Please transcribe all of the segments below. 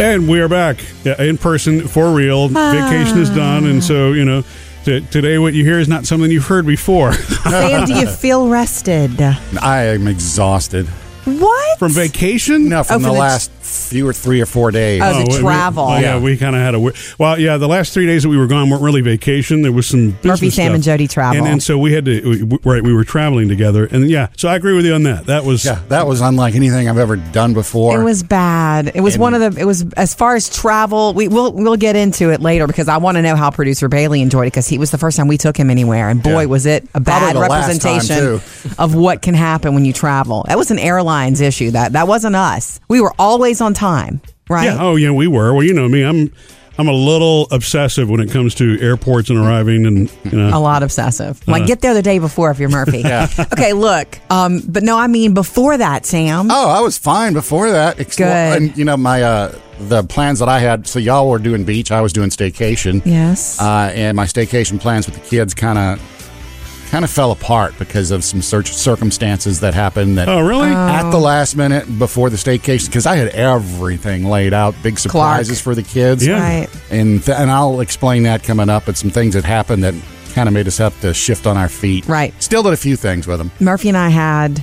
And we are back yeah, in person for real. Vacation is done, and so you know t- today what you hear is not something you've heard before Sam, do you feel rested? I am exhausted. What? from vacation. No, Oh, from from the the- last few or three or four days. Oh, the we- we- travel. oh, yeah, Yeah. we kind of had a weird. Well, yeah, the last three days that we were gone weren't really vacation. There was some business Murphy, Sam, stuff. and Jody travel. and, and so we had to. We, we- right, we were traveling together, and yeah. So I agree with you on that. That was yeah, that was unlike anything I've ever done before. It was bad. It was And- one of the. It was as far as travel. We will we'll get into it later because I want to know how producer Bailey enjoyed it because he was the first time we took him anywhere, and boy Yeah. was it a bad the last time, representation too. of what can happen when you travel. That was an airlines issue. That that wasn't us. We were always on time, right? Yeah. Oh, yeah. We were. Well, you know me. I'm. I'm a little obsessive when it comes to airports and arriving, and you know. A lot obsessive. Uh-huh. Like get there the day before if you're Murphy. Okay, look. Um, but no, I mean before that, Sam. Oh, I was fine before that. Ex- Good. And you know my uh, the plans that I had. So y'all were doing beach. I was doing staycation. Yes. Uh, and my staycation plans with the kids kind of kind of fell apart because of some search circumstances that happened that Oh, really? Uh, at the last minute before the staycation because I had everything laid out, big surprises for the kids. Yeah. Right. And th- and I'll explain that coming up, but some things that happened that kind of made us have to shift on our feet. Right. Still did a few things with them. Murphy and I had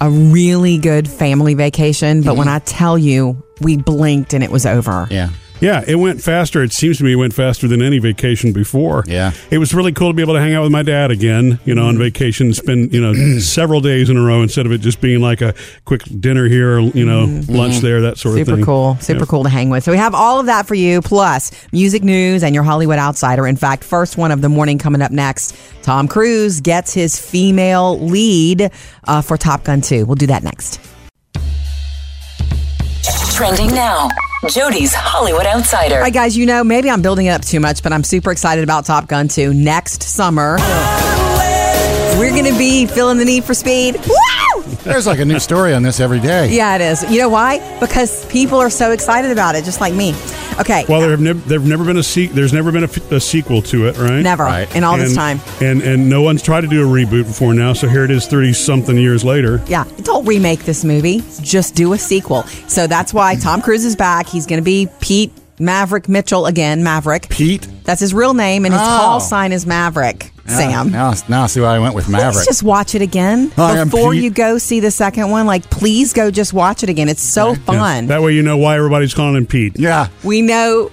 a really good family vacation, but when I tell you, we blinked and it was over. Yeah. Yeah, it went faster. It seems to me it went faster than any vacation before. Yeah. Mm-hmm. It was really cool to be able to hang out with my dad again, you know, on vacation, spend, you know, several days in a row instead of it just being like a quick dinner here, you know, lunch there, that sort of Mm-hmm. Super thing. cool. Super Yeah. cool to hang with. So we have all of that for you, plus music news and your Hollywood outsider. In fact, first one of the morning coming up next, Tom Cruise gets his female lead uh, for Top Gun 2. We'll do that next. Trending now. Jody's Hollywood Outsider. All right, guys, you know, maybe I'm building it up too much, but I'm super excited about Top Gun 2 next summer. We're going to be feeling the need for speed. Woo! There's like a new story on this every day. Yeah, it is. You know why? Because people are so excited about it, just like me. Okay. Well, there have never there've never been a se- there's never been a, f- a sequel to it, right? never right. in all this And- time. And and no one's tried to do a reboot before now, so here it is 30 something years later. Yeah, don't remake this movie. Just do a sequel. So that's why Tom Cruise is back. He's going to be Pete Maverick Mitchell again. Maverick. Pete. That's his real name, and his Oh. call sign is Maverick. Sam. Now, now I see why I went with Maverick. Let's just watch it again Oh, Hi, I'm before Pete. you go see the second one. Like, please go just watch it again. It's so Yeah. fun. That way you know why everybody's calling him Pete. yeah. we know.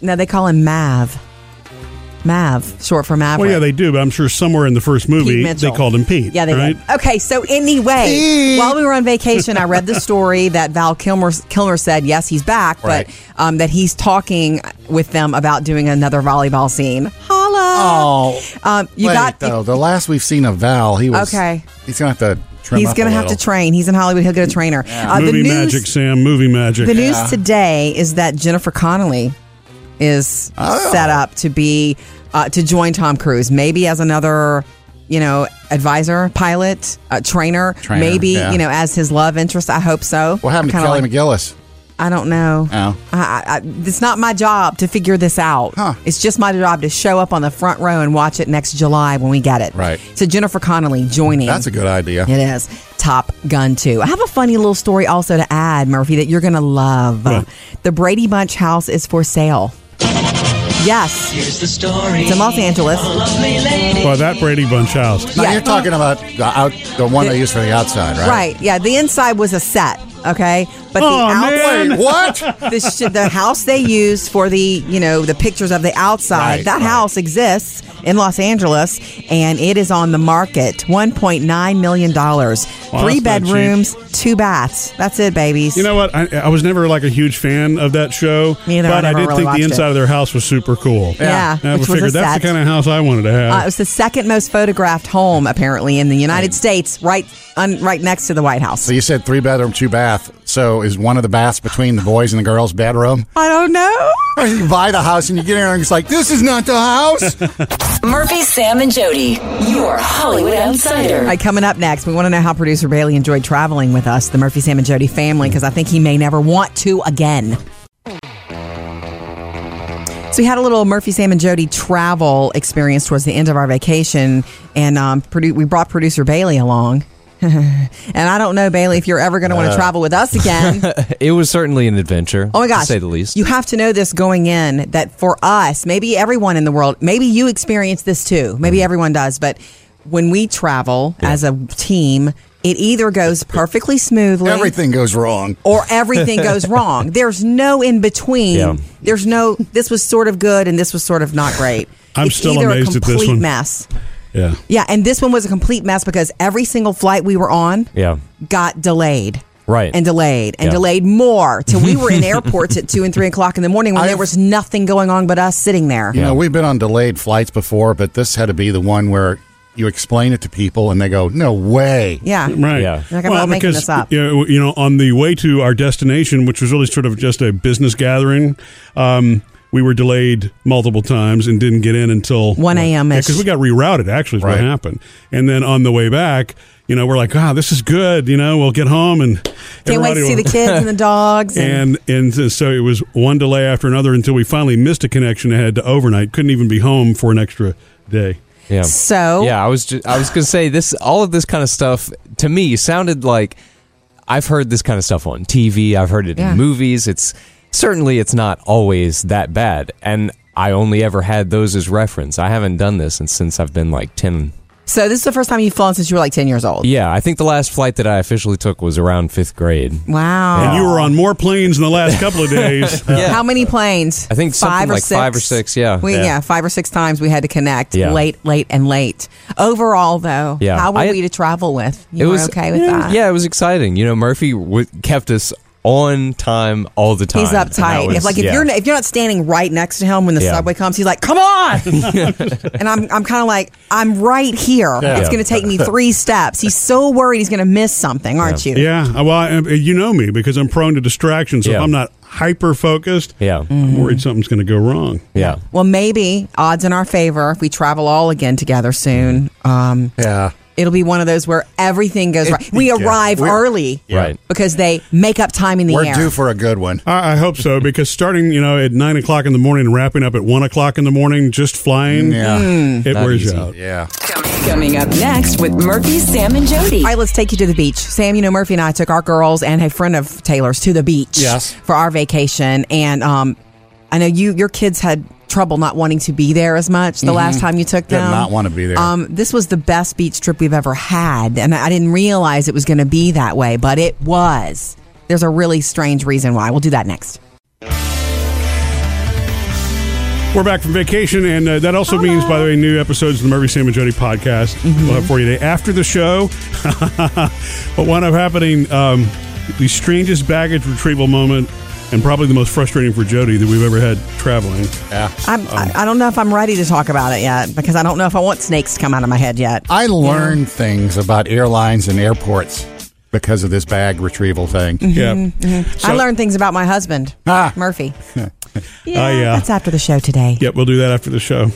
No, they call him Mav. Mav, short for Maverick. Well, yeah, they do, but I'm sure somewhere in the first movie Pete they Mitchell. called him Pete. Yeah, they right? did. Okay, so anyway, Pete. while we were on vacation, I read the story that Val Kilmer Kilmer said yes, he's back, Right. but um, that he's talking with them about doing another volleyball scene. Holla! Oh. um, Uh, you wait, got though. the last we've seen of Val, he was Okay. He's gonna have to trim he's up gonna a have to little. train. He's in Hollywood. He'll get a trainer. Uh, Movie magic, Sam. Movie magic. The news today is that Jennifer Connelly is Oh. set up to be uh, to join Tom Cruise, maybe as another, you know, advisor, pilot, uh, trainer, Trainer, maybe yeah. you know as his love interest. I hope so. What happened to Kinda Kelly like- McGillis? I don't know. Oh. I, I, I, it's not my job to figure this out. Huh. It's just my job to show up on the front row and watch it next July when we get it. Right. So Jennifer Connelly joining. That's a good idea. It is Top Gun 2. I have a funny little story also to add, Murphy, that you're going to love. What? The Brady Bunch house is for sale. Yes, Here's the story. it's in Los Angeles. Lovely lady. Well, Oh, that Brady Bunch house. Now Yeah. you're talking about the out, the one they use for the outside, right? Right. Yeah, the inside was a set, okay? But the Aw, outside, Oh, man. What? the, sh- the house they used for the, you know, the pictures of the outside, Right, that right. house exists in Los Angeles and it is on the market. $1.9 million. Three that's not cheap. bedrooms, two baths. That's it, babies. You know what? I, I was never like a huge fan of that show, Me either. I but I, never did really think the watched inside it. of their house was super cool. Yeah, I which was figured a that's the set. kind of house I wanted to have. Uh, it was the second most photographed home, apparently, in the United States, right un, right next to the White House. So you said three bedroom, two bath. So is one of the baths between the boys and the girls' bedroom? I don't know. Or you buy the house and you get in there and it's like, this is not the house. Murphy, Sam, and Jody. Your Hollywood Outsider. All right, coming up next, we want to know how producer Bailey enjoyed traveling with us, the Murphy, Sam, and Jody family, because I think he may never want to again. So we had a little Murphy, Sam, and Jody travel experience towards the end of our vacation, and um, produ- we brought producer Bailey along. And I don't know, Bailey, if you're ever going to Uh. want to travel with us again. It was certainly an adventure. Oh my gosh. to say the least. You have to know this going in that for us, maybe everyone in the world, maybe you experience this too. Maybe everyone does, but when we travel as a team, it either goes perfectly smoothly Everything goes wrong. or everything goes wrong. There's no in between. Yeah. There's no this was sort of good and this was sort of not great. I'm it's still either amazed a at this complete one. mess. Yeah. Yeah, and this one was a complete mess because every single flight we were on yeah, got delayed. Right. And delayed and Yeah. delayed more till we were in airports at two and three o'clock in the morning when I've- there was nothing going on but us sitting there. You know, we've been on delayed flights before, but this had to be the one where you explain it to people and they go, "No way." Yeah. Right. Yeah. Like, I'm not making this up. You know, you know, on the way to our destination, which was really sort of just a business gathering, um, we were delayed multiple times and didn't get in until 1 a.m. -ish. Because we got rerouted, actually, is what Right. happened. And then on the way back, you know, we're like, ah, this is good. You know, we'll get home and Can't wait everybody to see will- the kids and the dogs. And, and and so it was one delay after another until we finally missed a connection ahead to overnight. Couldn't even be home for an extra day. yeah. so yeah, I was just, I was gonna say this. All of this kind of stuff to me sounded like I've heard this kind of stuff on TV. I've heard it Yeah. in movies. It's certainly it's not always that bad, and I only ever had those as reference. I haven't done this since since I've been like ten. so this is the first time you've flown since you were like ten years old. Yeah, I think the last flight that I officially took was around fifth grade. Wow. And you were on more planes in the last couple of days. How many planes? I think something like five or six, yeah. We, yeah. Yeah. five or six times we had to connect Yeah. late, late, and late. Overall, though, Yeah. how were I- we to travel with? You were okay with yeah, that? Yeah, it was exciting. You know, Murphy w- kept us on time all the time. He's and that uptight. was- if like if yeah. you're if you're not standing right next to him when the Yeah. subway comes, he's like, "Come on!" and I'm I'm kind of like, "I'm right here. It's Yeah. going to take me three steps." He's so worried he's going to miss something, aren't you? Yeah, well, I, uh, you know me because I'm prone to distractions. So Yeah. if I'm not hyper focused, Yeah. Mm. I'm worried something's going to go wrong. yeah. Well, maybe odds in our favor if we travel all again together soon. Um, Yeah. it'll be one of those where everything goes right. We arrive We're- early, Right. Because they make up time in the We're air. due for a good one. I, I hope so because starting you know at nine o'clock in the morning, and wrapping up at one o'clock in the morning, just flying, Yeah. it Not wears easy. you out. Yeah. Coming up next with Murphy, Sam, and Jody. All right, let's take you to the beach. Sam, you know, Murphy and I took our girls and a friend of Taylor's to the beach Yes. for our vacation. And um, I know you your kids had trouble not wanting to be there as much the last time you took Mm-hmm. Did them. not want to be there. Um, this was the best beach trip we've ever had. And I didn't realize it was going to be that way, but it was. There's a really strange reason why. We'll do that next. We're back from vacation, and uh, that also means, by the way, new episodes of the Murphy Sam and Jody podcast we'll have for you today after the show. what wound up happening? Um, the strangest baggage retrieval moment, and probably the most frustrating for Jody that we've ever had traveling. I'm, I, Oh. I don't know if I'm ready to talk about it yet because I don't know if I want snakes to come out of my head yet. I learned things about airlines and airports because of this bag retrieval thing. Yeah, I So- learned things about my husband, Ah. Murphy. Oh, yeah. That's after the show today. Yeah, we'll do that after the show.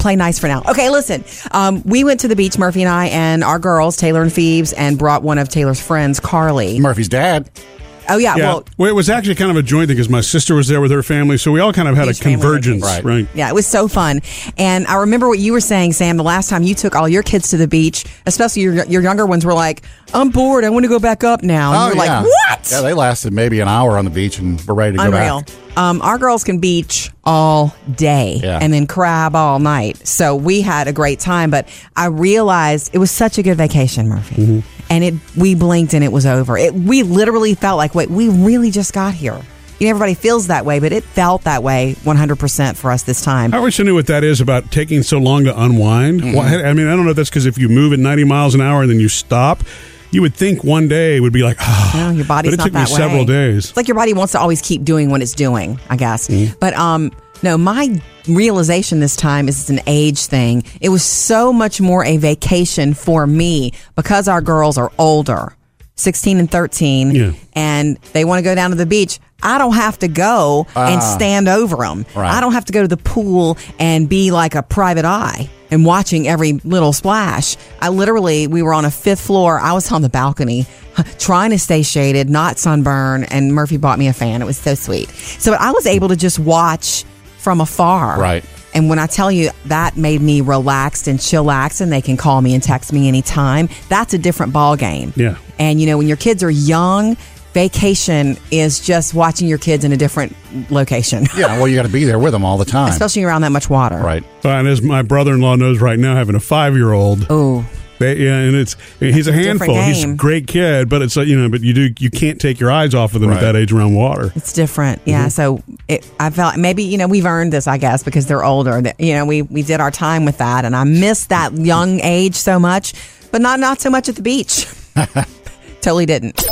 play nice for now. Okay, listen. Um, we went to the beach, Murphy and I, and our girls, Taylor and Phoebes, and brought one of Taylor's friends, Carly. Murphy's dad. Oh yeah, Yeah. well, Well, it was actually kind of a joint thing because my sister was there with her family, so we all kind of had a Huge family convergence, right? vacation. yeah, it was so fun. And I remember what you were saying, Sam, the last time you took all your kids to the beach, especially your your younger ones were like, "I'm bored. I want to go back up now." And you were Oh, yeah. like, "What?" Yeah, they lasted maybe an hour on the beach and we're ready to Unreal. go back. Um, our girls can beach all day Yeah. and then crab all night. So we had a great time, but I realized it was such a good vacation, Murphy. Mm-hmm. And it we blinked and it was over. It we literally felt like wait, we really just got here. You know, everybody feels that way, but it felt that way 100% for us this time. I wish I knew what that is about taking so long to unwind. Mm-hmm. Why, I mean, I don't know if that's because if you move at 90 miles an hour and then you stop, you would think one day would be like, ah. No, your body's But it not took me that way. several days. Mm-hmm. It's like your body wants to always keep doing what it's doing, I guess. But um no, my realization this time is it's an age thing. It was so much more a vacation for me because our girls are older, 16 and 13, Yeah. and they want to go down to the beach. I don't have to go and Ah. stand over them. Right. I don't have to go to the pool and be like a private eye and watching every little splash. I literally, we were on a fifth floor. I was on the balcony trying to stay shaded, not sunburn. And Murphy bought me a fan. It was so sweet. So I was able to just watch from afar. Right. And when I tell you that made me relaxed and chillax, and they can call me and text me anytime, that's a different ball game. Yeah. And you know, when your kids are young, vacation is just watching your kids in a different location, Yeah, well, you got to be there with them all the time. especially around that much water. right. And as my brother-in-law knows right now, having a five-year-old. Oh, They, yeah, and it's he's a different handful. He's a game. great kid, but it's uh, you know, but you do you can't take your eyes off of them at Right. that age around water. it's different. Yeah. So it, I felt maybe, you know, we've earned this, I guess, because they're older. That, you know, we, we did our time with that. And I miss that young age so much, but not, not so much at the beach. totally didn't.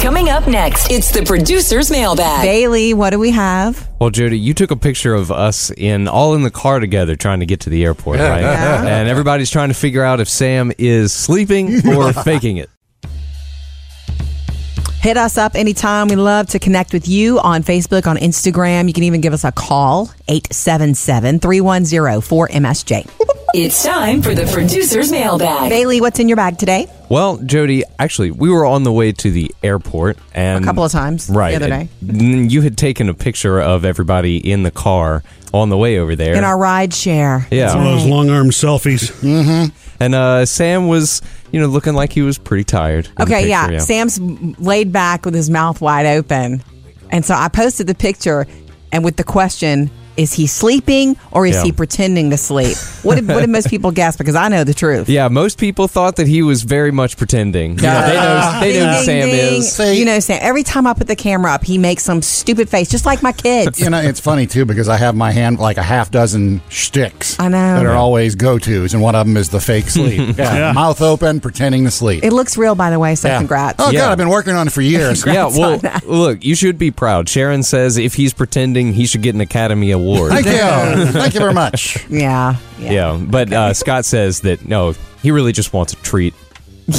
Coming up next, it's the producer's mailbag. Bailey, what do we have? Well, Jody, you took a picture of us in all in the car together trying to get to the airport, right? Yeah. And everybody's trying to figure out if Sam is sleeping or faking it. Hit us up anytime. We love to connect with you on Facebook, on Instagram. You can even give us a call, 877 310 4MSJ. It's time for the producer's mailbag. Bailey, what's in your bag today? Well, Jody, actually, we were on the way to the airport and A couple of times the Right. other day. and You had taken a picture of everybody in the car on the way over there. In our ride share. yeah. One of those long arm selfies. And uh, Sam was, you know, looking like he was pretty tired. in the Okay, picture, yeah. Sam's laid back with his mouth wide open. And so I posted the picture and with the question, is he sleeping or is Yeah. he pretending to sleep? What did, what did most people guess? Because I know the truth. Yeah, most people thought that he was very much pretending. Yeah, they know, they know who Ding, Sam ding, ding. is. See? You know, Sam, every time I put the camera up, he makes some stupid face, just like my kids. You know, it's funny too because I have my hand like a half dozen shticks. I know. that are always go tos, and one of them is the fake sleep, yeah. Yeah. mouth open, pretending to sleep. It looks real, by the way, so Yeah. congrats. Oh Yeah. god, I've been working on it for years. Yeah, well, look, you should be proud. Sharon says if he's pretending, he should get an Academy Award. Thank you, thank you very much. Yeah. Yeah. yeah, but uh, Scott says that no, he really just wants a treat.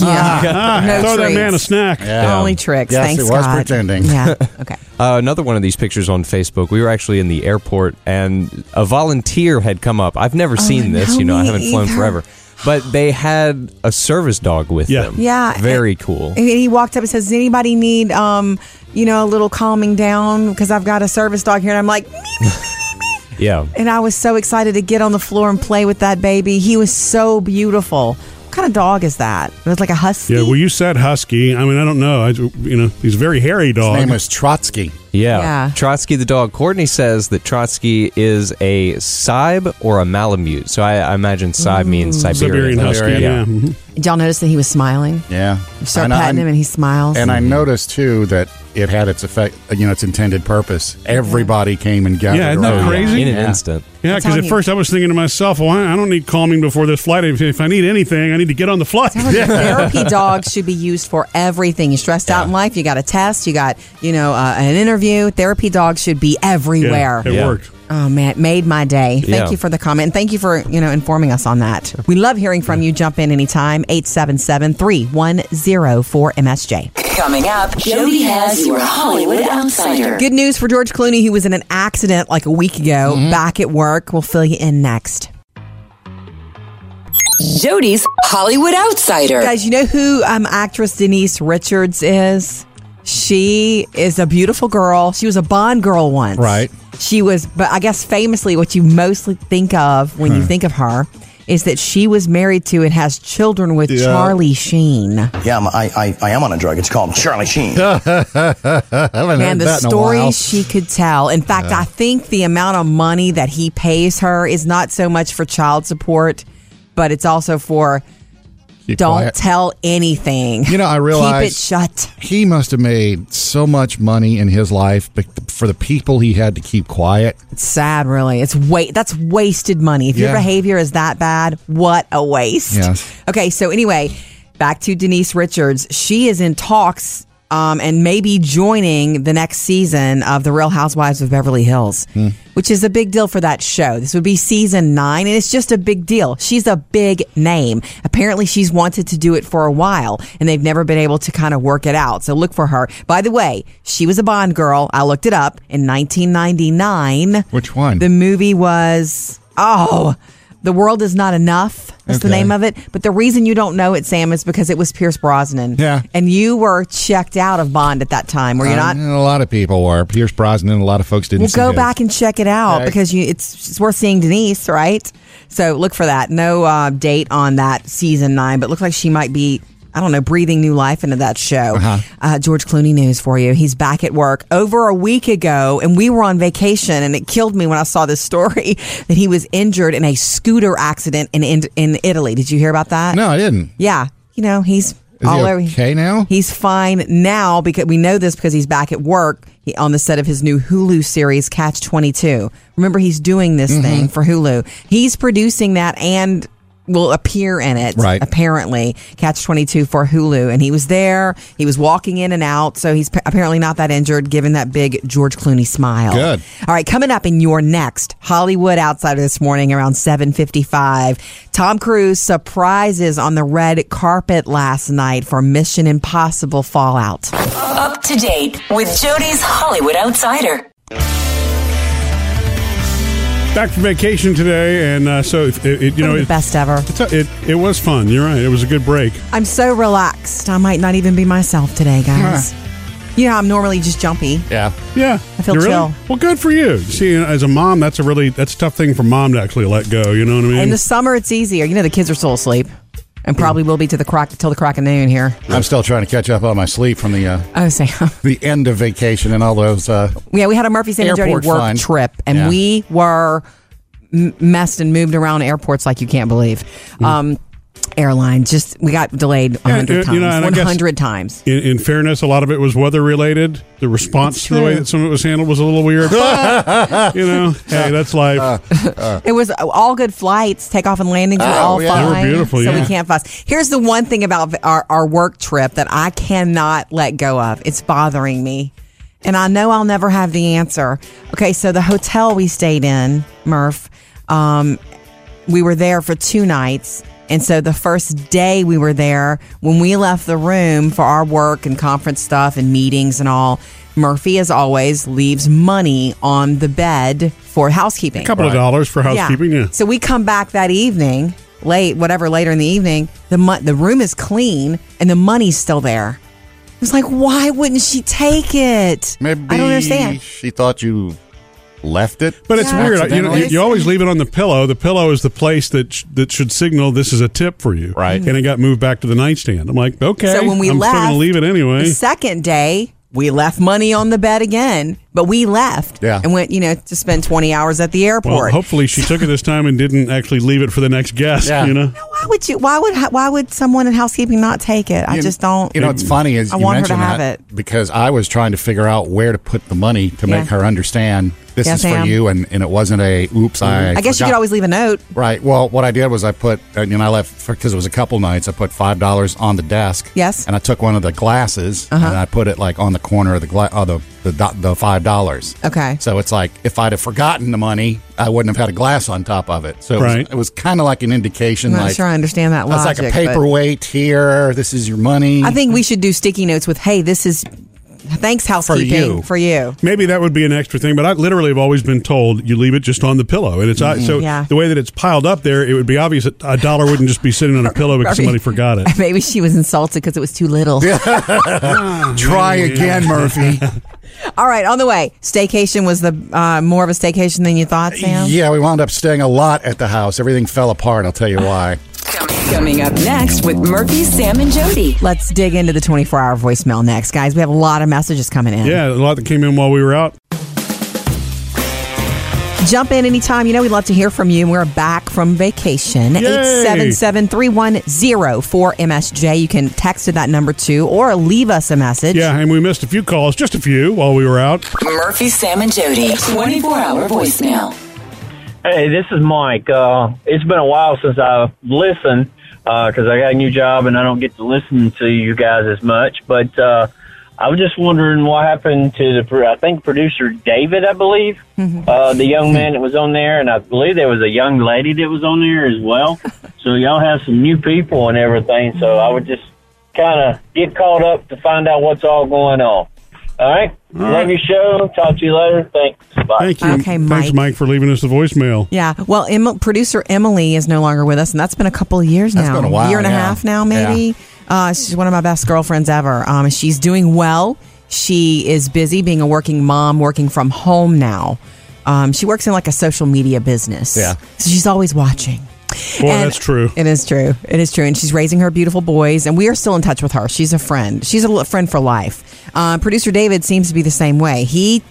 Yeah. no Ah, Throw that treats. man a snack. Yeah. Only tricks. Yes, Thanks, it was God. pretending. Yeah. Okay. Uh, another one of these pictures on Facebook. We were actually in the airport, and a volunteer had come up. I've never seen this. Oh, no, you know, I me haven't flown either. forever, but they had a service dog with Yeah. them. Yeah, very and- cool. And he walked up and says, "Does anybody need, um, you know, a little calming down? Because I've got a service dog here." And I'm like, "Meep." yeah, and I was so excited to get on the floor and play with that baby. He was so beautiful. What kind of dog is that? It was like a husky. Yeah, well, you said husky. I mean, I don't know. I, you know, he's a very hairy His dog. name was Trotsky. yeah, Yeah. Trotsky the dog. Courtney says that Trotsky is a Saib or a Malamute. So I, I imagine Saib means Siberian, Siberian husky. Siberian, Yeah. Mhm. Did y'all notice that he was smiling? Yeah, You start And I- patting him and he smiles. And I noticed too that it had its effect, you know, its intended purpose. Everybody came and gathered. Yeah, isn't that around. crazy? in an Yeah. instant. Yeah, I'm because telling at you. first I was thinking to myself, well, I I don't need calming before this flight. If, if I need anything, I need to get on the flight. Your therapy dogs should be used for everything. You're stressed out in life. You got a test. You got you know uh, an interview. Therapy dogs should be Yeah, everywhere. it Yeah. worked. Oh man, made my day. Thank Yeah. you for the comment. And thank you for, you know, informing us on that. We love hearing from you. Jump in anytime. 877-310-4MSJ. Coming up, Jody has your Hollywood Outsider. Good news for George Clooney, who was in an accident like a week ago, back at work. We'll fill you in next. Jody's Hollywood Outsider. Guys, you know who um, actress Denise Richards is? She is a beautiful girl. She was a Bond girl once. Right. She was, but I guess famously, what you mostly think of when you Hmm. think of her is that she was married to and has children with Charlie Sheen. Yeah, I'm, I, I, I am on a drug. It's called Charlie Sheen. I haven't Man, heard the that in a while. stories she could tell. In fact, I think the amount of money that he pays her is not so much for child support, but it's also for Keep don't quiet. tell anything. You know, I Keep it realize- shut. he must have made so much money in his life be- for the people he had to keep quiet. sad really it's wait that's wasted money if your Yeah. behavior is that bad what a waste Yes. okay so anyway back to denise richards she is in talks um, and maybe joining the next season of the real housewives of beverly hills which is a big deal for that show this would be season nine and it's just a big deal she's a big name apparently she's wanted to do it for a while and they've never been able to kind of work it out so look for her by the way she was a bond girl i looked it up in 1999 Which one? the movie was oh The World Is Not Enough is the Okay. name of it. But the reason you don't know it, Sam, is because it was Pierce Brosnan. Yeah. And you were checked out of Bond at that time, were you not? a lot of people were. Pierce Brosnan, a lot of folks didn't Well, see go it. back and check it out Okay. because you, it's, it's worth seeing Denise, right? So look for that. No uh, date on that season nine, but looks like she might be. I don't know, breathing new life into that show. uh George Clooney news for you. He's back at work over a week ago, and we were on vacation, and it killed me when I saw this story that he was injured in a scooter accident in in, in Italy. Did you hear about that? No, I didn't. Yeah, you know he's he all over. okay now? He's fine now because we know this because he's back at work he, on the set of his new Hulu series Catch Twenty Two. Remember, he's doing Mm-hmm. this thing for Hulu. He's producing that and will appear in it Right. apparently catch 22 for hulu and he was there he was walking in and out so he's p- apparently not that injured given that big george clooney smile Good. Oh. all right, coming up in your next Hollywood Outsider this morning around 7:55, Tom Cruise surprises on the red carpet last night for Mission Impossible Fallout. Up to date with Jody's Hollywood Outsider. Back from vacation today, and uh, so if, it, it- you know the it, best ever. it's a- it it was fun. You're right. It was a good break. I'm so relaxed. I might not even be myself today, guys. You know, how I'm normally just jumpy. Yeah. Yeah, I feel You chill. Well, good for you. See, as a mom, that's a really that's a tough thing for mom to actually let go. You know what I mean? In the summer, it's easier. You know, the kids are still asleep, and probably Mm. will be to the crack till the crack of noon here. I'm still trying to catch up on my sleep from the uh, Oh, Sam. the end of vacation and all those. Uh, Yeah, we had a Murphy Sam and Jody work Airport fun. trip, and Yeah. we were m- messed and moved around airports like you can't believe. Um, airline, just we got delayed a Yeah, hundred you- times, you know, and I one guess- hundred times. in, in fairness, a lot of it was weather related. The response to the way true. that some of it was handled was a little weird. But, you know, hey, that's Uh, life. It was all good flights, takeoff and landings were Oh, all yeah. They were fine. beautiful, so yeah. we can't fuss. Here's the one thing about our, our work trip that I cannot let go of. It's bothering me. And I know I'll never have the answer. Okay, so the hotel we stayed in, Murph, um, we were there for two nights. And so the first day we were there, when we left the room for our work and conference stuff and meetings and all, Murphy, as always, leaves money on the bed for housekeeping. A couple of dollars for housekeeping. Yeah. So we come back that evening, late, whatever, later in the evening. The mo- the room is clean and the money's still there. It was like, why wouldn't she take it? maybe I don't understand. She thought you left it, But it's Yeah. weird. You, know, you, accidentally. you always leave it on the pillow. The pillow is the place that sh- that should signal this is a tip for you, Right. And it got moved back to the nightstand. I'm like, okay. So when we I'm left, still gonna leave it anyway. The second day, we left money on the bed again, but we left Yeah. and went, you know, to spend twenty hours at the airport. Well, hopefully she took it this time and didn't actually leave it for the next guest. Yeah. You know, Now, why would you? Why would why would someone in housekeeping not take it? I You- just don't. You know, it's funny as I you want her to mentioned have that it. because I was trying to figure out where to put the money to Yeah. make her understand this Yes, is for ma'am. you, and, and it wasn't a oops. I I guess you forgot." could always leave a note. right. Well, what I did was I put and you know, I left because it was a couple nights. I put five dollars on the desk. Yes. Uh-huh. and I took one of the glasses and I put it like on the corner of the glass, oh, the the do- the five dollars. Okay. So it's like if I'd have forgotten the money, I wouldn't have had a glass on top of it. So it Right. was, it was kind of like an indication. I'm not like, sure I understand that It's logic. like a but- paperweight here. This is your money. I think we should do sticky notes with, "Hey, this is thanks housekeeping you. for you." maybe that would be an extra thing. But I literally have always been told you leave it just on the pillow, and it's so Mm-hmm. Yeah. the way that it's piled up there, it would be obvious that a dollar wouldn't just be sitting on a pillow because somebody forgot it. Maybe she was insulted because it was too little. Try again, Murphy. All right, on the way. Staycation was the uh, more of a staycation than you thought, Sam. yeah, we wound up staying a lot at the house. Everything fell apart. I'll tell you why. Coming up next with Murphy, Sam, and Jody. Let's dig into the 24-hour voicemail next, guys. We have a lot of messages coming in. Yeah, a lot that came in while we were out. Jump in anytime. You know, we'd love to hear from you. We're back from vacation. 877 msj You can text to that number too or leave us a message. Yeah, and we missed a few calls, just a few, while we were out. Murphy, Sam, and Jody. 24 hour voicemail. Hey, this is Mike. Uh, it's been a while since I've listened because I got a new job and I don't get to listen to you guys as much. But uh, I was just wondering what happened to the, pro- I think, producer David, I believe, uh, the young man that was on there. And I believe there was a young lady that was on there as well. so y'all have some new people and everything. So I would just kind of get caught up to find out what's all going on. All right. Love right. your show. Talk to you later. Thanks. Bye. Thank you. Okay, Thanks, Mike. Mike, for leaving us the voicemail. Yeah. Well, em- producer Emily is no longer with us, and that's been a couple of years That's now. been a while, year and a yeah. half now, maybe. Uh, she's one of my best girlfriends ever. Um, she's doing well. She is busy being a working mom, working from home now. Um, she works in like a social media business. Yeah. So she's always watching. Boy, And- that's true. It is true. It is true. And she's raising her beautiful boys, and we are still in touch with her. She's a friend. She's a li- friend for life. Uh, Producer David seems to be the same way. He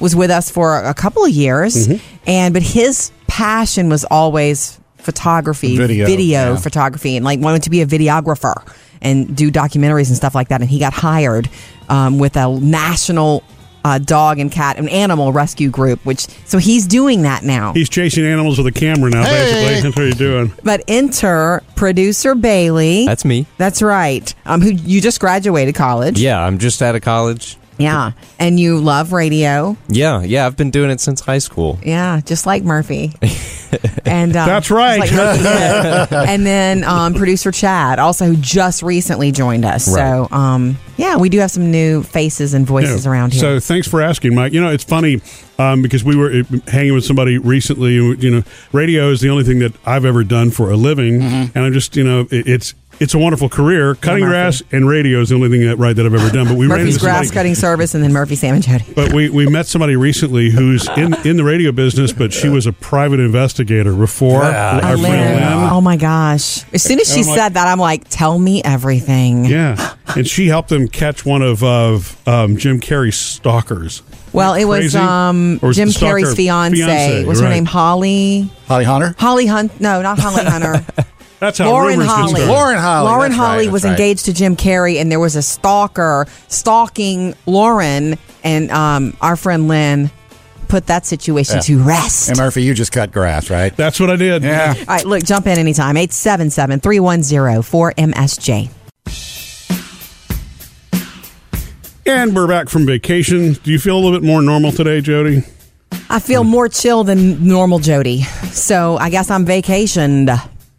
was with us for a couple of years, Mm-hmm. and but his passion was always photography, Video, yeah. photography, and like wanted to be a videographer and do documentaries and stuff like that. And he got hired um, with a national. Uh, dog and cat an animal rescue group which so he's doing that now He's chasing animals with a camera now, basically. Hey! That's what he's doing. but enter producer Bailey. That's me. That's right. Um, who you just graduated college? Yeah, I'm just out of college. Yeah, and you love radio. Yeah, yeah, I've been doing it since high school. Yeah, just like Murphy. And um, That's just right. like Murphy did. and then um, producer Chad, also who just recently joined us. So um, yeah, we do have some new faces and voices Yeah. around here. So thanks for asking, Mike. You know, it's funny um, because we were uh, hanging with somebody recently. and, You know, radio is the only thing that I've ever done for a living, and I'm just you know, it, it's it's a wonderful career. Cutting Murphy. grass and radio is the only thing that right that I've ever done. But we ran Murphy's into somebody- grass cutting service, and then Murphy Sam and Jody. But we, we met somebody recently who's in, in the radio business, but she was a private investigator before our Lynn. friend Lynn. Oh my gosh! As soon as she I'm like- said that, I'm like, "Tell me everything." Yeah, and she helped them catch one of of um, Jim Carrey's stalkers. Well, it was Crazy? um, Or was Jim it the stalker? Carrey's fiance. Fiance, Was her right. name Holly? Holly Hunter? Holly Hunt? No, not Holly Hunter. That's how Lauren rumors get Holly. started. Lauren Holly, Lauren that's Holly right, was that's right. engaged to Jim Carrey, and there was a stalker stalking Lauren, and um, our friend Lynn put that situation Yeah. to rest. And Murphy, you just cut grass, right? That's what I did. Yeah. All right, look, jump in anytime. 877 310 4MSJ. And we're back from vacation. Do you feel a little bit more normal today, Jody? I feel Hmm. more chill than normal Jody, so I guess I'm vacationed.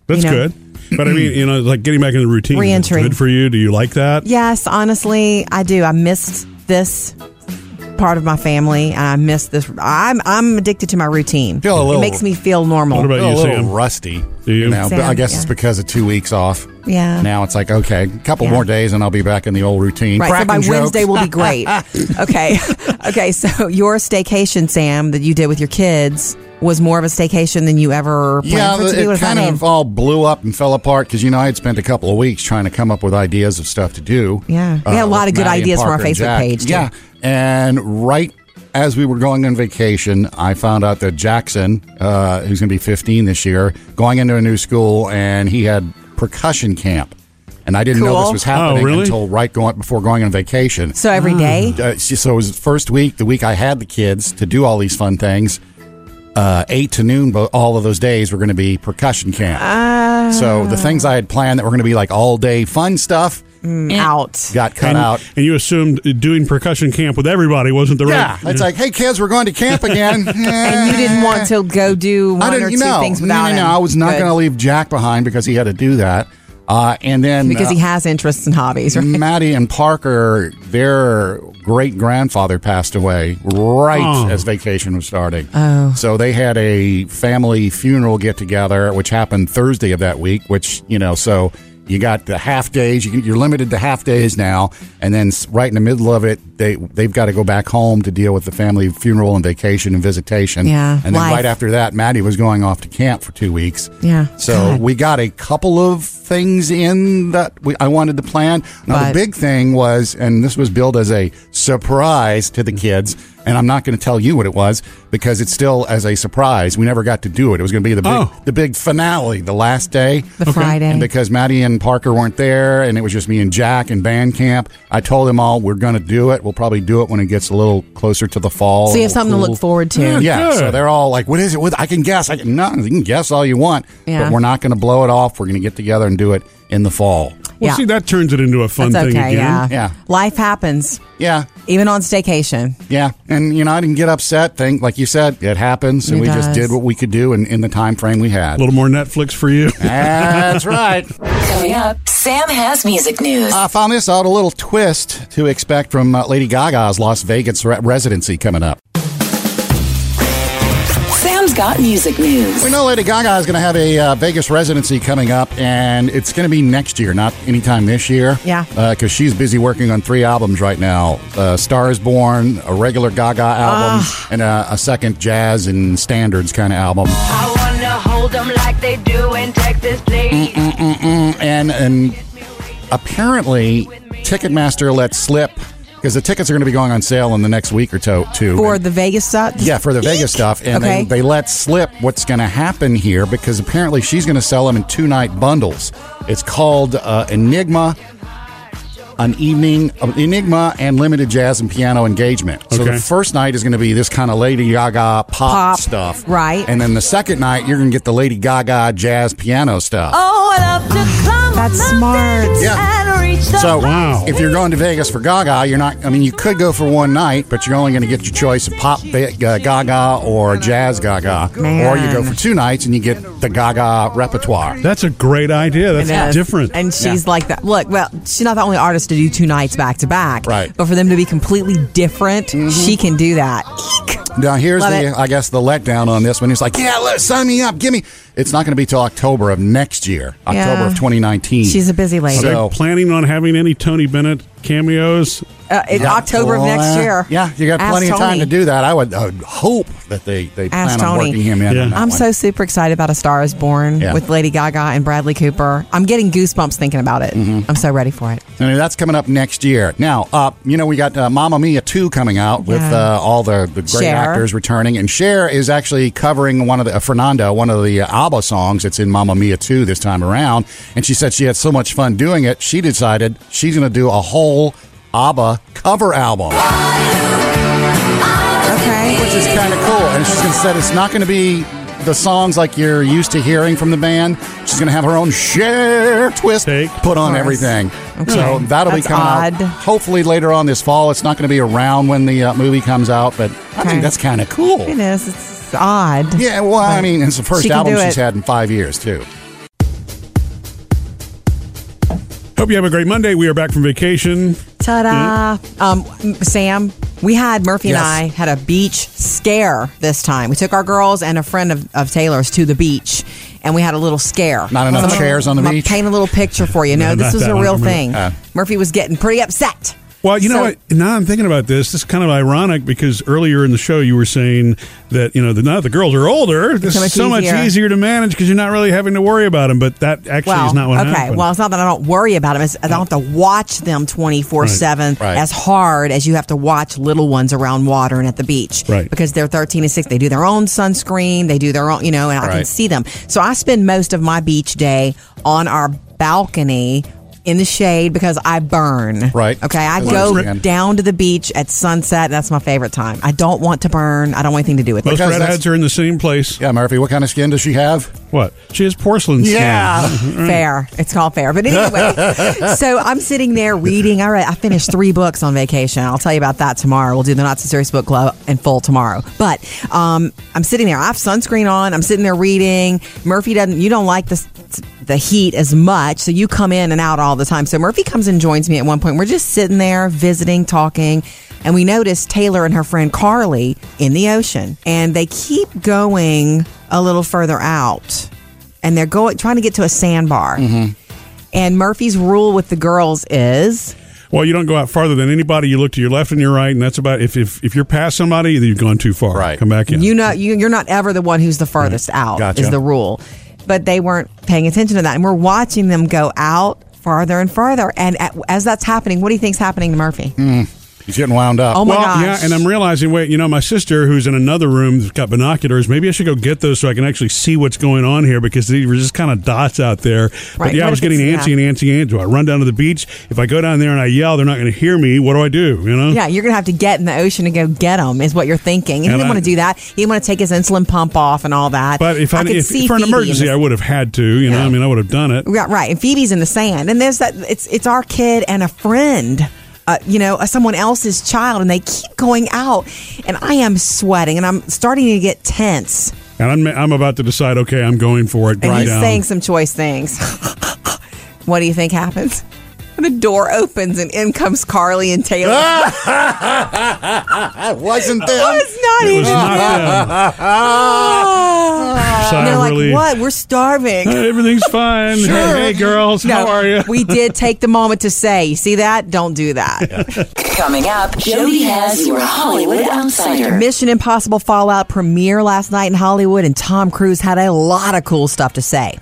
That's you know? good. But I mean, you know, like getting back into the routine. is it Re-entry. Good for you. Do you like that? Yes, honestly, I do. I missed this part of my family, and I missed this. I'm I'm addicted to my routine. Feel a it little- makes me feel normal. What about Feel a you, little Sam? rusty. Do you? now, but Sam, I guess yeah. it's because of two weeks off. Yeah. Now it's like, okay, a couple Yeah. more days and I'll be back in the old routine. Right, so Cracking by jokes. Wednesday will be great. okay, okay. So your staycation, Sam, that you did with your kids was more of a staycation than you ever planned Yeah, for it to be. What it does that kind mean? of all blew up and fell apart because you know I had spent a couple of weeks trying to come up with ideas of stuff to do. Yeah. We had a lot of with good Maddie and ideas from our Parker and Facebook Jack. page, too. Yeah, and right as we were going on vacation, I found out that Jackson, uh, who's going to be 15 this year, going into a new school, and he had percussion camp, and I didn't know Cool. this was happening Oh, really? until right going before going on vacation so every day, uh, so it was the first week, the week I had the kids to do all these fun things. Uh, eight to noon, but all of those days were going to be percussion camp. So the things I had planned that were going to be like all day fun stuff out. got cut And, out. and you assumed doing percussion camp with everybody wasn't the Yeah, right. it's like, hey kids, we're going to camp again. And you didn't want to go do I one or didn't, two you know, things no, no, without no, him. I was not Good. going to leave Jack behind because he had to do that. Uh, and then because uh, he has interests and hobbies. Right? Maddie and Parker, their great grandfather passed away right Oh. as vacation was starting. Oh. So they had a family funeral get together, which happened Thursday of that week, which, you know, so you got the half days. You, you're limited to half days now. And then s- right in the middle of it, they, they've got to go back home to deal with the family funeral and vacation and visitation. Yeah, And then life. right after that, Maddie was going off to camp for two weeks. Yeah. So God. we got a couple of things in that we, I wanted to plan. Now, But- the big thing was, and this was billed as a surprise to the Mm-hmm. kids, and I'm not going to tell you what it was because it's still as a surprise. We never got to do it. It was going to be the big, Oh. the big finale, the last day. The Friday. And because Maddie and Parker weren't there, and it was just me and Jack and band camp, I told them all we're going to do it. We'll probably do it when it gets a little closer to the fall. so you have a little something to cool. look forward to. Yeah. Yeah, Good. so they're all like, "What is it? What I can guess. I can no, you can guess all you want, Yeah. but we're not going to blow it off. We're going to get together and do it in the fall." Well, Yeah. see, that turns it into a fun That's okay. thing again. Yeah. Yeah. Life happens, Yeah, even on staycation. yeah, and you know, I didn't get upset. Think like you said, it happens, and It we just does. did what we could do, in, in the time frame we had. A little more Netflix for you. That's right. Coming Coming up, Sam has music news. I found this out a little twist to expect from uh, Lady Gaga's Las Vegas re- residency coming up. Sam's got music We news. know Lady Gaga is going to have a uh, Vegas residency coming up, and it's going to be next year, not anytime this year. Yeah. Because she's busy working on three albums right now uh, Star is Born, a regular Gaga album, and a, a second jazz and standards kind of album. I wanna hold them like they do in Texas, please. And, and apparently, Ticketmaster let slip because the tickets are going to be going on sale in the next week or to- two. for the Vegas stuff. Yeah, for the Vegas stuff. And Okay. they, they let slip what's going to happen here because apparently she's going to sell them in two night bundles. It's called uh, Enigma. An evening of Enigma and limited jazz and piano engagement. So Okay. the first night is going to be this kind of Lady Gaga pop, Pop, stuff, right. And then the second night you're going to get the Lady Gaga jazz piano stuff. Oh, I love to climb That's smart. Yeah. and reach the So Wow. if you're going to Vegas for Gaga, you're not. I mean, you could go for one night, but you're only going to get your choice of pop Ve- uh, Gaga or jazz Gaga, or you go for two nights and you get the Gaga repertoire. That's a great idea. That's Yes. different. And she's like that. Look, well, she's not the only artist to do two nights back to back. Right. Mm-hmm. But for them to be completely different, she can do that. Eek. Now here's Love the, it. I guess, the letdown on this one. It's like, yeah, let sign me up, give me. It's not going to be till October of next year, October Yeah. of 2019. She's a busy lady. Are they So- Uh, planning on having any Tony Bennett cameos? Uh, in Yeah. October of next Well, year. Yeah, you got Ask plenty of time Tony. to do that. I would, I would hope that they they plan Ask on Tony. working him in. Yeah. on that I'm one. so super excited about A Star is Born Yeah. with Lady Gaga and Bradley Cooper. I'm getting goosebumps thinking about it. Mm-hmm. I'm so ready for it. Anyway, that's coming up next year. Now, uh, you know, we got uh, Mamma Mia 2 coming out with Yeah. uh, all the, the great Cher. actors returning. And Cher is actually covering one of the, uh, Fernando, one of the uh, ABBA songs that's in Mamma Mia 2 this time around. And she said she had so much fun doing it, she decided she's going to do a whole ABBA cover album, Okay. which is kind of cool. And she's going to said it's not going to be the songs like you're used to hearing from the band. She's going to have her own Cher twist Take. put on Chorus. everything. Okay. So that'll That's be coming odd. out hopefully later on this fall. It's not going to be around when the uh, movie comes out, but I Okay. think that's kind of cool. It is. It's odd. Yeah, well, I But mean, it's the first she can album do she's it. had in five years, too. Hope you have a great Monday. We are back from vacation. Ta-da! Um, Sam, we had Murphy Hmm? Yes. and I had a beach scare this time. We took our girls and a friend of, of Taylor's to the beach, and we had a little scare. Not enough Somebody- chairs on the I'm beach? Paint a little picture for you. No, No, this not was that a one. real I remember- thing. Uh. Murphy was getting pretty upset. Well, you know So- what? Now I'm thinking about this. This is kind of ironic because earlier in the show you were saying that you know the, now that the girls are older, this so is much so easier. much easier to manage because you're not really having to worry about them. But that actually Well, is not what okay. happened. Well, it's not that I don't worry about them. It's, I don't have to watch them 24 7 Right. Right. as hard as you have to watch little ones around water and at the beach. Right. Because they're 13 and 6. They do their own sunscreen. They do their own, you know, and I can Right. see them. So I spend most of my beach day on our balcony in the shade because I burn. Right. Okay. I As go much as you can. down to the beach at sunset. And that's my favorite time. I don't want to burn. I don't want anything to do with Most it. Because that's- redheads are in the same place. Yeah, Murphy, what kind of skin does she have? What? She has porcelain skin. Fair. It's called fair. But anyway, so I'm sitting there reading. I read, I finished three books on vacation. I'll tell you about that tomorrow. We'll do the Not So Serious Book Club in full tomorrow. But um, I'm sitting there. I have sunscreen on. I'm sitting there reading. Murphy doesn't. You don't like the the heat as much, so you come in and out all the time. So Murphy comes and joins me at one point. We're just sitting there visiting, talking. And we notice Taylor and her friend Carly in the ocean, and they keep going a little further out and they're going trying to get to a sandbar. Mm-hmm. And Murphy's rule with the girls is Well, you don't go out farther than anybody. You look to your left and your right, and that's about if if, if you're past somebody, you've gone too far. Right. Come back in. you know you, you're not ever the one who's the furthest Mm-hmm. out Gotcha. is the rule. But they weren't paying attention to that, and we're watching them go out farther and farther. And at, as that's happening, what do you think's happening to Murphy? Mm. She's getting wound up. Oh my well, gosh! yeah, and I'm realizing, wait, you know, my sister who's in another room has got binoculars. Maybe I should go get those so I can actually see what's going on here because these were just kind of dots out there. Right, But yeah, what I was if it's- getting antsy and antsy and antsy. Do I run down to the beach? If I go down there and I yell, they're not going to hear me. What do I do? You know? Yeah, you're gonna have to get in the ocean and go get them, is what you're thinking. And he And didn't I- want to do that. He didn't want to take his insulin pump off and all that. But if I, could if, see for an Phoebe in emergency, the I would have had to. You know, I mean, I would have done it. Yeah, right. And Phoebe's in the sand, and there's that. It's it's our kid and a friend. Uh, you know, uh, someone else's child, and they keep going out, and I am sweating, and I'm starting to get tense. And I'm, I'm about to decide. Okay, I'm going for it. And Grind he's down. saying some choice things. What do you think happens? The door opens and in comes Carly and Taylor. Ah! That wasn't them. Oh, It's not It even. was not Ah! them. Oh. Sigh And they're of like, relief. what? We're starving. Uh, Everything's fine. Hey, hey, girls, how are you? we did take the moment to say, you see that? Don't do that. Coming up, Jody has your Hollywood Outsider. Mission Impossible Fallout premiere last night in Hollywood, and Tom Cruise had a lot of cool stuff to say.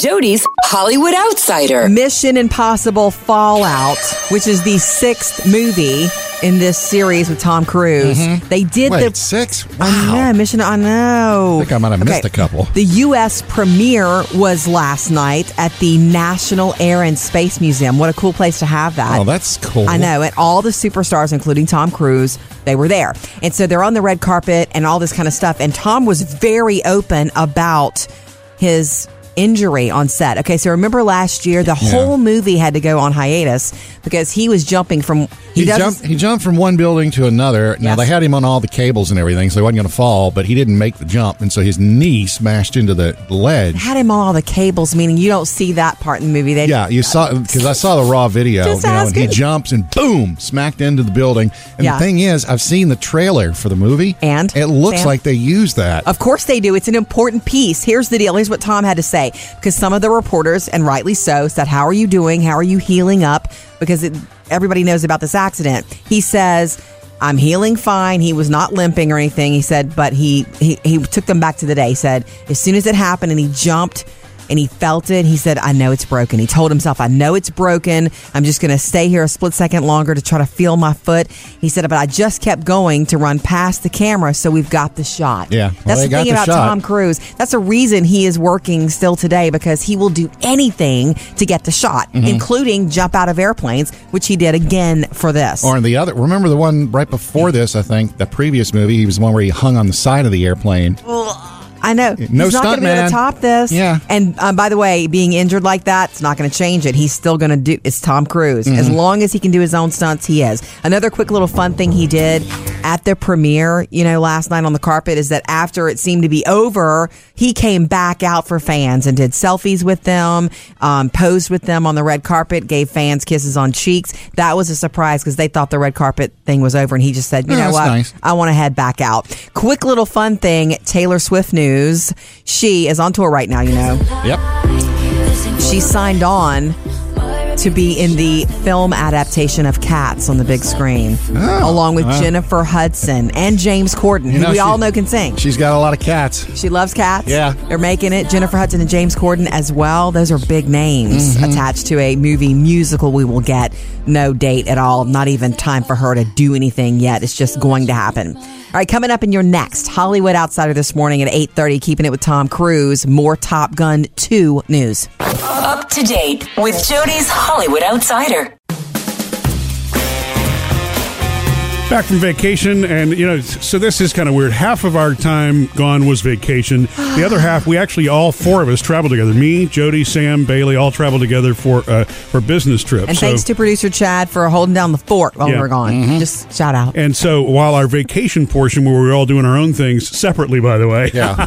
Jody's Hollywood Outsider. Mission Impossible Fallout, which is the sixth movie in this series with Tom Cruise. They did Wait, the six? I Wow. know, Mission. I know. I think I might have missed a couple. The U.S. premiere was last night at the National Air and Space Museum. What a cool place to have that! Oh, that's cool. I know, and all the superstars, including Tom Cruise, they were there. And so they're on the red carpet and all this kind of stuff. And Tom was very open about his injury on set. Okay, so remember last year, the whole movie had to go on hiatus because he was jumping from. He, doesn't- jumped, he jumped from one building to another. Now, Yes. they had him on all the cables and everything, so he wasn't going to fall, but he didn't make the jump, and so his knee smashed into the ledge. Had him on all the cables, meaning you don't see that part in the movie. They Yeah, you saw because I saw the raw video. Just you know, and he asking. jumps and boom, smacked into the building. And Yeah. the thing is, I've seen the trailer for the movie, And, it looks Sam? like they used that. Of course they do. It's an important piece. Here's the deal. Here's what Tom had to say because some of the reporters, and rightly so, said, How are you doing? How are you healing up? Because it, everybody knows about this accident. He says, I'm healing fine. He was not limping or anything. He said, but he, he, he took them back to the day. He said, as soon as it happened and he jumped and he felt it, he said, I know it's broken. He told himself, I know it's broken. I'm just going to stay here a split second longer to try to feel my foot. He said, but I just kept going to run past the camera. So we've got the shot. Yeah. Well, That's they the got thing the about shot. Tom Cruise. That's the reason he is working still today because he will do anything to get the shot, Mm-hmm. including jump out of airplanes, which he did again for this. Or in the other, remember the one right before this? I think the previous movie, he was the one where he hung on the side of the airplane. I know. No He's not going to be able stuntman. to top this. Yeah. And um, by the way, being injured like that, it's not going to change it. He's still going to do. It's Tom Cruise. Mm-hmm. As long as he can do his own stunts, he is. Another quick little fun thing he did at the premiere, you know, last night on the carpet is that after it seemed to be over, he came back out for fans and did selfies with them, um, posed with them on the red carpet, gave fans kisses on cheeks. That was a surprise because they thought the red carpet thing was over, and he just said, "You Yeah, know that's what? nice. I want to head back out. Quick little fun thing Taylor Swift news. She is on tour right now, you know. Yep. She signed on to be in the film adaptation of Cats on the big screen, along with Jennifer Hudson and James Corden, who Oh, know, we all she- know can sing. She's got a lot of cats. She loves cats. Yeah. They're making it. Jennifer Hudson and James Corden as well. Those are big names Mm-hmm. attached to a movie musical we will get. No date at all. Not even time for her to do anything yet. It's just going to happen. All right, coming up in your next Hollywood Outsider this morning at 8.30, keeping it with Tom Cruise, more Top Gun 2 news. Up to date with Jody's Hollywood Outsider. Back from vacation, and you know, so this is kind of weird. Half of our time gone was vacation. The other half, we actually all four of us traveled together. Me, Jody, Sam, Bailey, all traveled together for uh, for business trips. And thanks to producer Chad for holding down the fort while Yeah. Mm-hmm. we were gone. Just shout out. and so while our vacation portion, where we were all doing our own things separately, by the way, Yeah.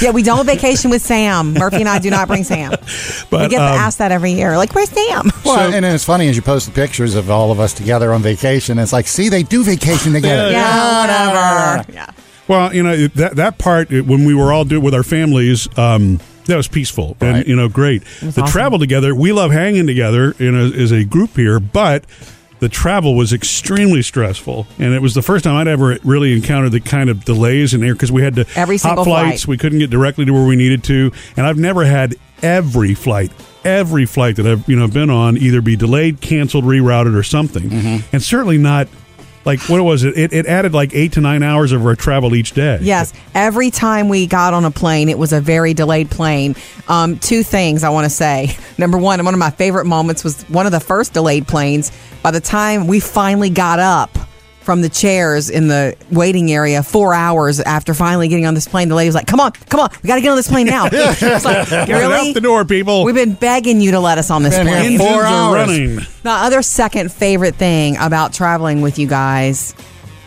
Yeah, we don't vacation with Sam. Murphy and I do not bring Sam. But, we get um, asked that every year. Like, where's Sam? Well, and then it's funny as you post the pictures of all of us together on vacation. It's like, see, they do vacation together. Yeah, whatever. Yeah. Well, you know that that part it- when we were all doing with our families, um, that was peaceful and Right. you know great. The awesome. travel together, we love hanging together you know, as a group here, but the travel was extremely stressful, and it was the first time I'd ever really encountered the kind of delays in air because we had to Every hop single flights, flight. we couldn't get directly to where we needed to, and I've never had every flight. Every flight that I've you know been on either be delayed, canceled, rerouted, or something, and certainly not like what was it? it? It added like eight to nine hours of our travel each day. Yes. Every time we got on a plane, it was a very delayed plane. Um, two things I want to say. Number one, one of my favorite moments was one of the first delayed planes. By the time we finally got up from the chairs in the waiting area, four hours after finally getting on this plane, the lady was like, "Come on, come on, we got to get on this plane now." it's like, Get it really? out the door, people. We've been begging you to let us on this Been here plane. Engines four are hours. running. My other second favorite thing about traveling with you guys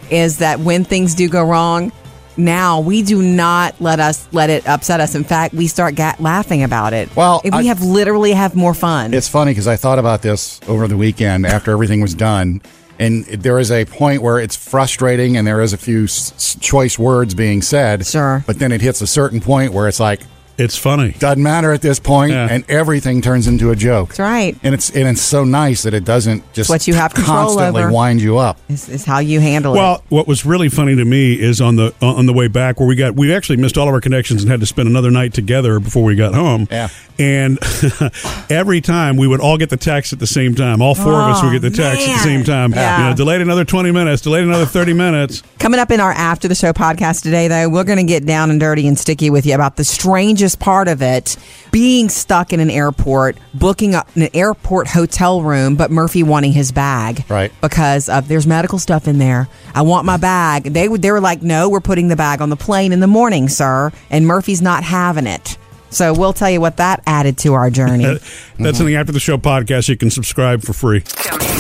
is that when things do go wrong, now, we do not let us let it upset us. In fact, we start ga- laughing about it. Well, we I- have literally have more fun. It's funny because I thought about this over the weekend after everything was done. And there is a point where it's frustrating and there is a few s- s- choice words being said. Sure. But then it hits a certain point where it's like, It's funny. doesn't matter at this point, Yeah. and everything turns into a joke. That's right. And it's and it's so nice that it doesn't just what you have control constantly over. wind you up. Is, is how you handle it. Well, what was really funny to me is on the uh, on the way back where we got we actually missed all of our connections and had to spend another night together before we got home. Yeah. And every time we would all get the text at the same time. All four of us would get the text at the same Oh, time. man. Yeah. You know, delayed another twenty minutes. Delayed another thirty minutes. Coming up in our after the show podcast today, though, we're going to get down and dirty and sticky with you about the strangest part of it being stuck in an airport, booking a, an airport hotel room, but Murphy wanting his bag. Right. Because of there's medical stuff in there. I want my bag. They, would- they were like, no, we're putting the bag on the plane in the morning, sir. And Murphy's not having it. So we'll tell you what that added to our journey. That's something after the show podcast you can subscribe for free.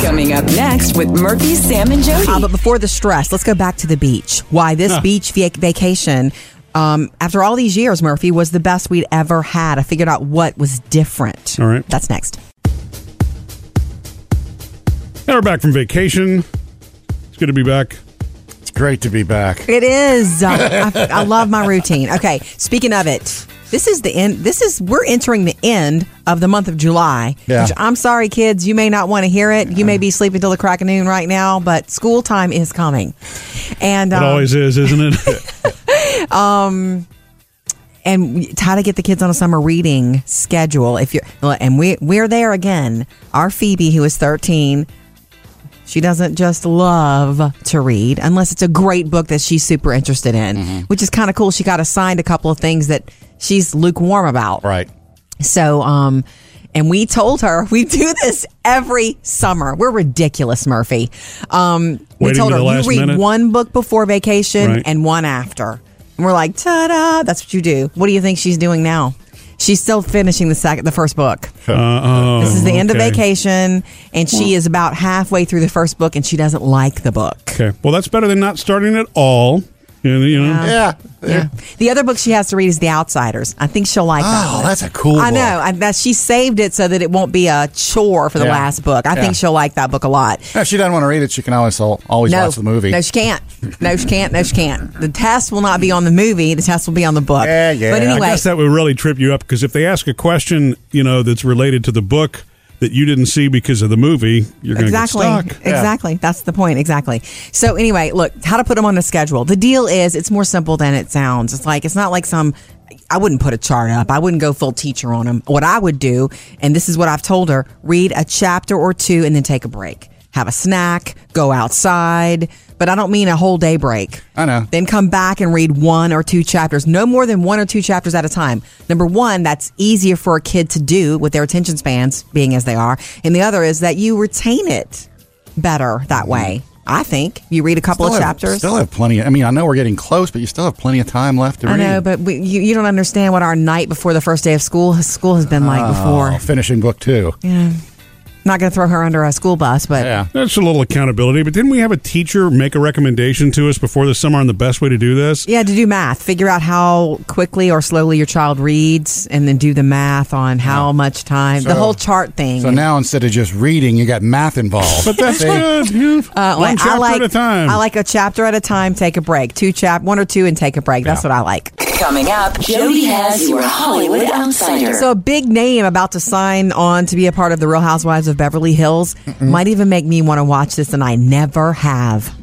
Coming up next with Murphy, Sam, and Jody. Uh, but before the stress, let's go back to the beach. Why this beach vac- vacation, um, after all these years, Murphy, was the best we'd ever had. I figured out what was different. All right. That's next. And we're back from vacation. It's good to be back. It's great to be back. It is. I, I love my routine. Okay. Speaking of it, this is the end. This is, we're entering the end of the month of July. Yeah. Which I'm sorry, kids. You may not want to hear it. You may be sleeping till the crack of noon right now, but school time is coming. And It um, always is, isn't it? and we- how to get the kids on a summer reading schedule. If you're and we we're there again. Our Phoebe, who is thirteen, she doesn't just love to read unless it's a great book that she's super interested in, which is kind of cool. She got assigned a couple of things that she's lukewarm about. Right. So, um, and we told her we do this every summer. We're ridiculous, Murphy. Um, we Waiting told to her the last you read minute? one book before vacation Right. and one after. And we're like, ta da! That's what you do. What do you think she's doing now? She's still finishing the second, the first book. Uh, oh, This is the end of okay. vacation, and she is about halfway through the first book, and she doesn't like the book. Okay. Well, that's better than not starting at all. You know. you know. Yeah. Yeah. The other book she has to read is The Outsiders. I think she'll like that. Oh, one. that's a cool I know. book. I, that she saved it so that it won't be a chore for the Yeah. last book. I Yeah. think she'll like that book a lot. If she doesn't want to read it, she can always always no, watch the movie. No, she can't. No, she can't. No, she can't. The test will not be on the movie. The test will be on the book. Yeah, yeah. But I I anyway, guess that would really trip you up because if they ask a question, you know, that's related to the book that you didn't see because of the movie, you're going to exactly get stuck. exactly that's the point exactly so anyway look how to put them on a schedule the deal is it's more simple than it sounds it's like it's not like some i wouldn't put a chart up i wouldn't go full teacher on them what i would do and this is what i've told her read a chapter or two and then take a break have a snack go outside but i don't mean a whole day break I know. then come back and read one or two chapters, no more than one or two chapters at a time. Number one, that's easier for a kid to do with their attention spans being as they are. And the other is that you retain it better that way. I think you read a couple Mm-hmm. of Still have- chapters. Still have plenty. Of, I mean, I know we're getting close, but you still have plenty of time left to I read. know, but we, you, you don't understand what our night before the first day of school school has been like Oh, before. finishing book two. Yeah. Not going to throw her under a school bus, but Yeah. That's a little accountability. But didn't we have a teacher make a recommendation to us before the summer on the best way to do this? Yeah, to do math, figure out how quickly or slowly your child reads, and then do the math on how much time. the So- whole chart thing. So now instead of just reading, you got math involved. But that's See? good. yeah. Uh, One like, chapter I like at a time. I like a chapter at a time. Take a break. Two chap, one or two, and take a break. That's what I like. Coming up, Jody has your Hollywood Outsider. So a big name about to sign on to be a part of the Real Housewives of Beverly Hills might even make me want to watch this, and I never have.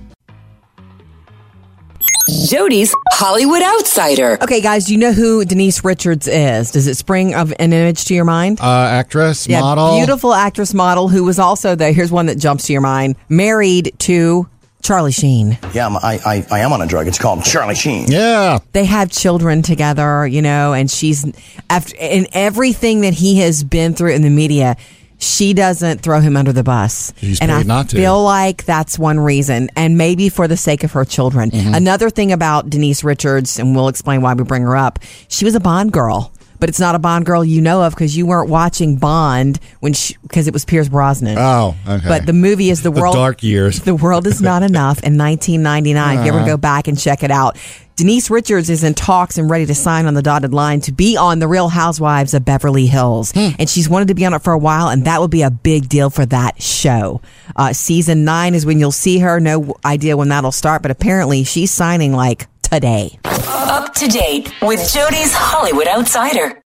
Jody's Hollywood Outsider. Okay, guys, do you know who Denise Richards is? Does it spring of an image to your mind? Uh, actress, model. beautiful actress model who was also the here's one that jumps to your mind married to Charlie Sheen. Yeah, I'm, I, I, I am on a drug. It's called Charlie Sheen. Yeah. they have children together, you know, and she's after in everything that he has been through in the media. She doesn't throw him under the bus, She's and paid I not to. feel like that's one reason, and maybe for the sake of her children. Mm-hmm. Another thing about Denise Richards, and we'll explain why we bring her up. She was a Bond girl, but it's not a Bond girl you know of because you weren't watching Bond when because it was Pierce Brosnan. Oh, okay. But the movie is the The world dark years. Uh-huh. The world is not enough in 1999. If you ever go back and check it out, Denise Richards is in talks and ready to sign on the dotted line to be on The Real Housewives of Beverly Hills. Hmm. And she's wanted to be on it for a while, and that would be a big deal for that show. Uh, season nine is when you'll see her. No idea when that'll start, but apparently she's signing like today. Up to date with Jody's Hollywood Outsider.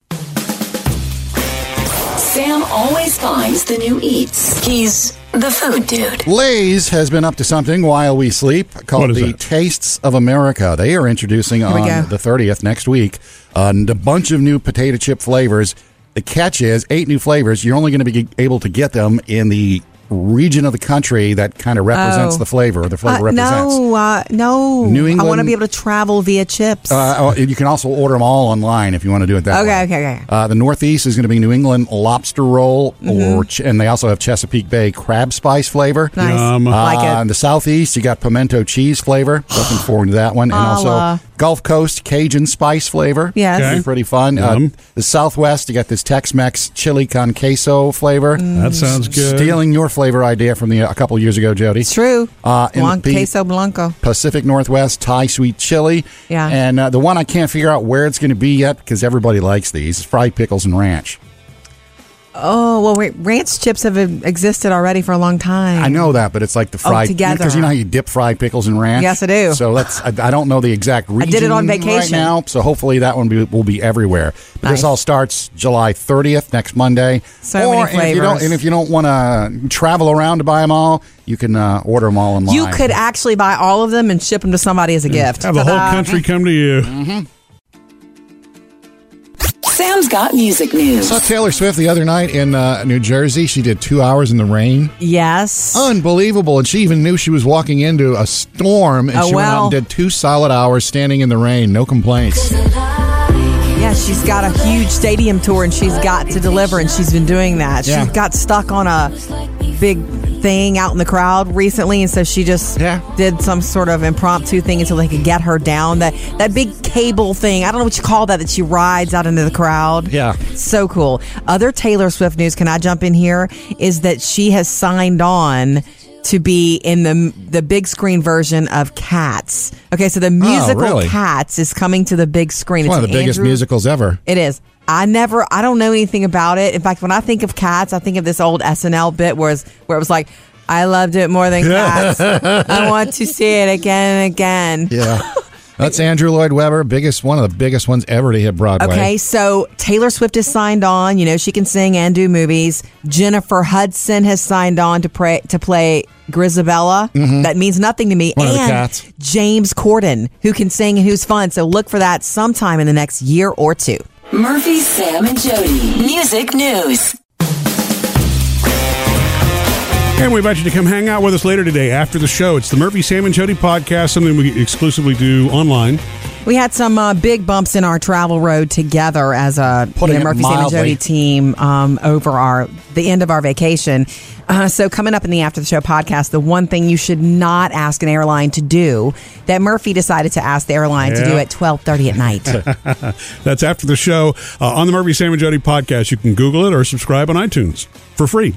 Sam always finds the new eats. He's the food dude. Lay's has been up to something while we sleep What called is the that? Tastes of America. They are introducing we go. on the 30th next week uh, a bunch of new potato chip flavors. The catch is eight new flavors. You're only going to be able to get them in the region of the country that kind of represents Oh. the flavor. The flavor Uh, represents. no, uh, no. New I want to England- be able to travel via chips. Uh, oh, you can also order them all online if you want to do it that Okay, way. okay, okay. Uh, the Northeast is going to be New England lobster roll, or ch- and they also have Chesapeake Bay crab spice flavor. Mm-hmm. nice. Yum. Uh, like in it. the southeast, you got pimento cheese flavor. Looking forward to that one. And Allah. also Gulf Coast Cajun spice flavor. Yes. Okay. Be pretty fun. Uh, Yum. the southwest, you got this Tex Mex chili con queso flavor. Mm. That sounds good. Stealing your flavor idea from the a couple years ago, Jody. It's true. Uh, in Blanc- the- queso blanco. Pacific Northwest Thai sweet chili. Yeah. And uh, the one I can't figure out where it's going to be yet because everybody likes these is fried pickles and ranch. Oh well, wait, ranch chips have e-, existed already for a long time. I know that, but it's like the fried Oh, together. because you know how you dip fried pickles in ranch. Yes, I do. So that's I, I don't know the exact region. did it on right vacation. now. So hopefully that one be, will be everywhere. But Nice. This all starts July 30th next Monday. So or many If you don't, flavors. and if you don't want to travel around to buy them all, you can uh, order them all online. You could actually buy all of them and ship them to somebody as a gift. Uh, Have the whole Ta-da. country come to you. Sam's got music news. Saw Taylor Swift the other night in uh, New Jersey. She did two hours in the rain. Yes. Unbelievable. And she even knew she was walking into a storm and Oh, she went out well. and did two solid hours standing in the rain. No complaints. Yeah, she's got a huge stadium tour and she's got to deliver, and she's been doing that. Yeah. She got stuck on a big thing out in the crowd recently, and so she just Yeah. did some sort of impromptu thing until they could get her down. That that big cable thing, I don't know what you call that, that she rides out into the crowd. Yeah. So cool. Other Taylor Swift news, can I jump in here? Is that she has signed on to be in the the big screen version of Cats. Okay, so the musical Oh, really? Cats is coming to the big screen. One of the an biggest Andrew- musicals ever. It is. I never. I don't know anything about it. In fact, when I think of Cats, I think of this old SNL bit where it's, where it was like, "I loved it more than Cats. I want to see it again and again." Yeah. That's Andrew Lloyd Webber, biggest one of the biggest ones ever to hit Broadway. Okay, so Taylor Swift has signed on. You know she can sing and do movies. Jennifer Hudson has signed on to pray to play Grisabella. That means nothing to me. Mm-hmm. One of and the cats. James Corden, who can sing and who's fun. So look for that sometime in the next year or two. Murphy, Sam, and Jody. Music news. And we invite you to come hang out with us later today after the show. It's the Murphy, Sam, and Jody podcast, something we exclusively do online. We had some uh, big bumps in our travel road together as a you Putting know, it Murphy Sam and mildly. Jody team um, over our the end of our vacation. Uh, so coming up in the after the show podcast, the one thing you should not ask an airline to do that Murphy decided to ask the airline to do Yeah. at twelve thirty at night. That's after the show uh, on the Murphy, Sam, and Jody podcast. You can Google it or subscribe on iTunes for free.